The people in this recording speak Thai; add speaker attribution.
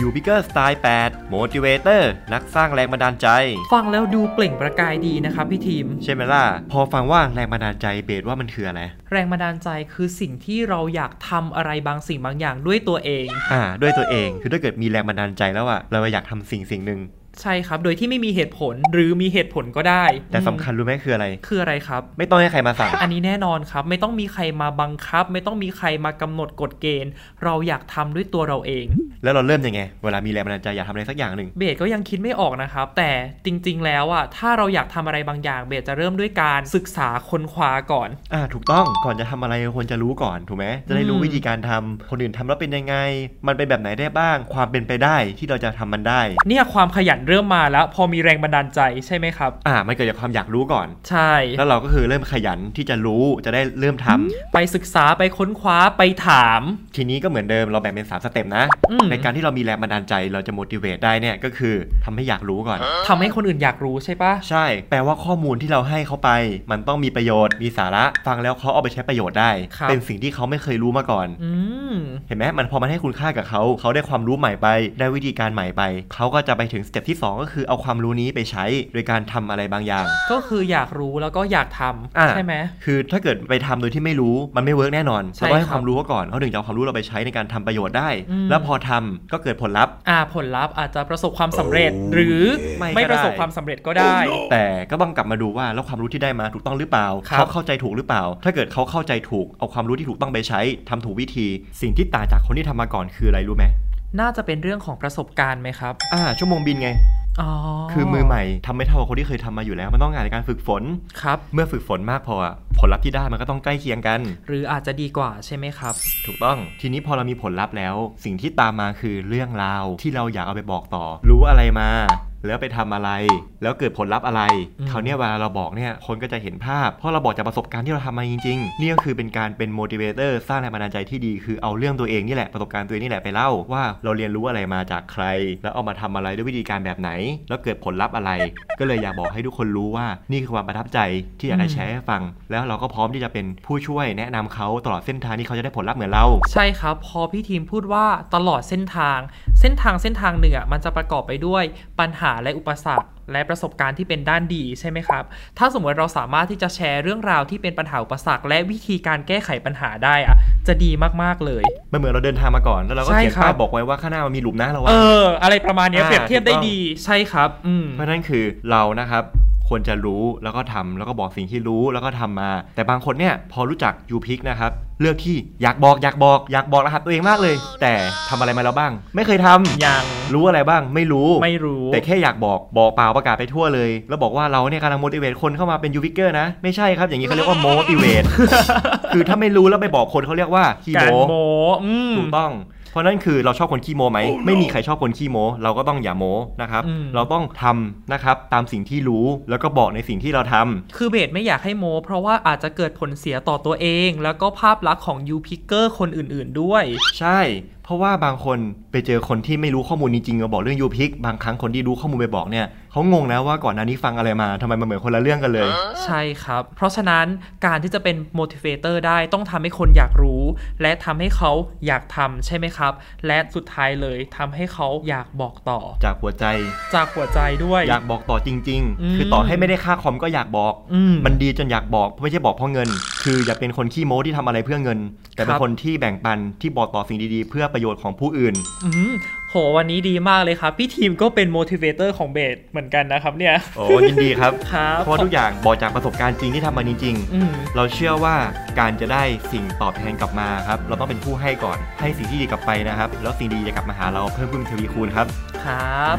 Speaker 1: You Bigger Style 8 Motivator นักสร้างแรงบันดาลใจ
Speaker 2: ฟังแล้วดูเปล่งประกายดีนะครับพี่ทีม
Speaker 1: ใช่ไหมล่ะ พอฟังว่าแรงบันดาลใจเบสว่ามันคืออะไร
Speaker 2: แรงบันดาลใจคือสิ่งที่เราอยากทำอะไรบางสิ่งบางอย่างด้วยตัวเอง
Speaker 1: อ่า ด้วยตัวเอง คือถ้าเกิดมีแรงบันดาลใจแล้วอะเราอยากทำสิ่งสิ่งหนึ่ง
Speaker 2: ใช่ครับ โดยที่ไม่มีเหตุผลหรือมีเหตุผลก็ได้
Speaker 1: แต่สำ
Speaker 2: อื
Speaker 1: คัญรู้ไหมคืออะไร
Speaker 2: มคืออะไรครับ
Speaker 1: ไม่ต้องให้ใครมาสั่ง
Speaker 2: อันนี้แน่นอนครับ ไม่ต้องมีใครมาบังคับ ไม่ต้องมีใครมากำหนดกฎเกณฑ์ เราอยากทำด้วยตัวเราเอง
Speaker 1: แล้วเราเริ่มยังไง เวลามีแรงบันดาลใจอยากทำอะไรสักอย่างหนึ่ง
Speaker 2: เบสก็ยังคิดไม่ออกนะครับ แต่จริงๆแล้วอ่ะถ้าเราอยากทำอะไรบางอย่าง เบสจะเริ่มด้วยการศึกษาค้นคว้าก่อน
Speaker 1: อ่า ถูกต้อง ก่อนจะทำอะไรควรจะรู้ก่อน ถูกไหม จะได้รู้
Speaker 2: อืม
Speaker 1: วิธีการทำ คนอื่นทำแล้วเป็นยังไง มันเป็นแบบไหนได้บ้าง ความเป็นไปได้ที่เราจะทำมันได้
Speaker 2: เนี่ยความขยันเริ่มมาแล้ว พอมีแรงบันดาลใจใช่ไหมครับ
Speaker 1: อ่า มันเกิดจากความอยากรู้ก่อน
Speaker 2: ใช่
Speaker 1: แล้วเราก็คือเริ่มขยันที่จะรู้ จะได้เริ่มทำ
Speaker 2: ไปศึกษาไปค้นคว้าไปถาม
Speaker 1: ทีนี้ก็เหมือนเดิมเราแบ่งเป็น 3 สเต็ปนะ
Speaker 2: อืม
Speaker 1: ในการที่เรามีแรงบันดาลใจเราจะ motivate ได้เนี่ย ก็คือทำให้อยากรู้ก่อน
Speaker 2: ทำให้คนอื่นอยากรู้ใช่ปะ
Speaker 1: ใช่ แปลว่าข้อมูลที่เราให้เขาไป มันต้องมีประโยชน์ มีสาระ ฟังแล้วเขาเอาไปใช้ประโยชน์ได้ เป็นสิ่งที่เขาไม่เคยรู้มาก่อน
Speaker 2: อืม
Speaker 1: เห็นไหมมันพอมันให้คุณค่ากับเขา เขาได้ความรู้ใหม่ไป ได้วิธีการใหม่ไป เขาก็จะไปถึงสเต็ปที่ 2 ก็คือเอาความรู้นี้ไปใช้ โดยการทำอะไรบางอย่าง
Speaker 2: ก็คืออยากรู้แล้วก็อยากท
Speaker 1: อ่ะ
Speaker 2: ำใช่ไหม
Speaker 1: คือถ้าเกิดไปทำโดยที่ไม่รู้มันไม่เวิร์กแน่นอน
Speaker 2: ใช่
Speaker 1: เราต้องให้
Speaker 2: ครับ
Speaker 1: ความรู้เขาก่อนเขาถึงจะเอาความรู้เราไปใช้ในการทำประโยชน์ได้
Speaker 2: อืม
Speaker 1: แล้วพอทำก็เกิดผลลัพธ์
Speaker 2: อ่าผลลัพธ์อาจจะประสบความสำเร็จ หรือ
Speaker 1: ไม่ก็ได้
Speaker 2: ไม่ประสบความสำเร็จก็ได้
Speaker 1: แต่ก็ต้องกลับมาดูว่าแล้วความรู้ที่ได้มาถูกต้องหรือเปล่า
Speaker 2: ครับ
Speaker 1: เขาเข้าใจถูกหรือเปล่า ถ้าเกิดเขาเข้าใจถูกเอาความรู้ที่ถูกต้องไปใช้ทำถูกวิธี สิ่งที่ต่างจากคนที่ทำมาก่อนคืออะไรรู้ไหม
Speaker 2: น่าจะเป็นเรื่องของประสบการณ์ไหมครับ
Speaker 1: อ่าชั่วโมงบินไง
Speaker 2: อ๋อ
Speaker 1: คือมือใหม่ทำไม่เท่ากับคนที่เคยทำมาอยู่แล้ว มันต้องงานในการฝึกฝน
Speaker 2: ครับ
Speaker 1: เมื่อฝึกฝนมากพออะผลลัพธ์ที่ได้มันก็ต้องใกล้เคียงกัน
Speaker 2: หรืออาจจะดีกว่าใช่ไหมครับ
Speaker 1: ถูกต้อง ทีนี้พอเรามีผลลัพธ์แล้ว สิ่งที่ตามมาคือเรื่องราวที่เราอยากเอาไปบอกต่อ รู้อะไรมา แล้วไปทำอะไร แล้วเกิดผลลัพธ์อะไร
Speaker 2: อืม
Speaker 1: คราวเนี้ยเวลาเราบอกเนี่ยคนก็จะเห็นภาพ เพราะเราบอกจากประสบการณ์ที่เราทำมาจริงๆนี่ก็คือเป็นการเป็น motivator สร้างแรงบันดาลใจที่ดีคือเอาเรื่องตัวเองนี่แหละประสบการณ์ตัวเองนี่แหละไปเล่าว่าเราเรียนรู้อะไรมาจากใคร แล้วเอามาทำอะไรด้วยวิธีการแบบไหน แล้วเกิดผลลัพธ์อะไร ก็เลยอยากบอกให้ทุกคนรู้ว่านี่คือความประทับใจที่อยากจะแชร์ให้ฟัง แล้วเราก็พร้อมที่จะเป็นผู้ช่วยแนะนำเขาตลอดเส้นทางที่เขาจะได้ผลลัพธ์เหมือนเรา
Speaker 2: ใช่ครับ พอพี่ทีมพูดว่าตลอดเส้นทาง เส้นทางเส้นทางหนึ่งอ่ะมันจะประกอบไปด้วยปัญหาและอุปสรรค และประสบการณ์ที่เป็นด้านดีใช่ไหมครับ ถ้าสมมติเราสามารถที่จะแชร์เรื่องราวที่เป็นปัญหาอุปสรรค และวิธีการแก้ไขปัญหาได้อ่ะ จะดีมากๆเลย
Speaker 1: มันเหมือนเราเดินทางมาก่อนแล้วเราก็
Speaker 2: ใช่
Speaker 1: เขียน
Speaker 2: ครั
Speaker 1: ป้าย
Speaker 2: บ
Speaker 1: บอกไว้ว่าข้างหน้ามันมีหลุมนะระวั
Speaker 2: เอง อ อะไรประมาณเนี้ย
Speaker 1: อ่า
Speaker 2: เปรียบเทียบได้
Speaker 1: ถูกต้อง
Speaker 2: ดีใช่ครับ อืม
Speaker 1: เพราะฉะนั้นคือเรานะครับควรจะรู้แล้วก็ทำแล้วก็บอกสิ่งที่รู้แล้วก็ทำมา แต่บางคนเนี่ยพอรู้จักยูพิกนะครับเลือกที่อยากบอกอยากบอก อยากบอกรหัสตัวเองมากเลย แต่ทำอะไรมาแล้วบ้าง ไม่เคยทำ
Speaker 2: ยัง
Speaker 1: รู้อะไรบ้างไม่รู้
Speaker 2: ไม่รู้
Speaker 1: แต่แค่อยากบอกบอกเปล่าประกาศไปทั่วเลย แล้วบอกว่าเราเนี่ยกำลัง motivate คนเข้ามาเป็นยูพิกเกอร์นะ ไม่ใช่ครับอย่างนี้เขาเรียกว่า motivate คือถ้าไม่รู้แล้วไปบอกคนเขาเรียกว่าขี้
Speaker 2: การ
Speaker 1: โม้
Speaker 2: โมอืม
Speaker 1: ถูกต้อง เพราะนั่นคือเราชอบคนขี้โมไหม ไม่มีใครชอบคนขี้โม เราก็ต้องอย่าโมนะครับ
Speaker 2: อืม
Speaker 1: เราต้องทำนะครับตามสิ่งที่รู้แล้วก็บอกในสิ่งที่เราทำ
Speaker 2: คือเบสไม่อยากให้โม เพราะว่าอาจจะเกิดผลเสียต่อตัวเอง แล้วก็ภาพลักษณ์ของยูพิกเกอร์คนอื่นๆด้วย
Speaker 1: ใช่ เพราะว่าบางคนไปเจอคนที่ไม่รู้ข้อมูลจริงๆมาบอกเรื่องยูพิกบางครั้งคนที่รู้ข้อมูลไปบอกเนี่ยเขางงแล้วว่าก่อนหน้านี้ฟังอะไรมาทำไมมันเหมือนคนละเรื่องกันเลย
Speaker 2: ใช่ครับ เพราะฉะนั้นการที่จะเป็น motivator ได้ต้องทำให้คนอยากรู้ และทำให้เขาอยากทำใช่ไหมครับ และสุดท้ายเลยทำให้เขาอยากบอกต่อ
Speaker 1: จากหัวใจ
Speaker 2: จากหัวใจด้วย
Speaker 1: อยากบอกต่อจริง
Speaker 2: อื
Speaker 1: ๆ
Speaker 2: ม
Speaker 1: คือต่อให้ไม่ได้ค่าคอมก็อยากบอก
Speaker 2: อืม
Speaker 1: มันดีจนอยากบอกไม่ใช่บอกเพราะเงิน คืออย่าเป็นคนขี้โม้ที่ทำอะไรเพื่อเงิน แต่เป็
Speaker 2: คน รับ
Speaker 1: คนที่แบ่งปันที่บอกต่อสิ่งดีๆ เพื่อประโยชน์ของผู้อื่น
Speaker 2: อืมโหวันนี้ดีมากเลยครับ พี่ทีมก็เป็น motivator ของเบสเหมือนกันนะครับเนี่ย
Speaker 1: โอ้ ยินดีครับ
Speaker 2: ครับ
Speaker 1: เพราะทุกอย่างบอกจากประสบการณ์จริงที่ทำมาจริง
Speaker 2: อืม
Speaker 1: ๆเราเชื่อว่าการจะได้สิ่งตอบแทนกลับมาครับ เราต้องเป็นผู้ให้ก่อน ให้สิ่งที่ดีกลับไปนะครับ แล้วสิ่งดีจะกลับมาหาเราเพิ่มพูนทวีคูณครับ
Speaker 2: ครับ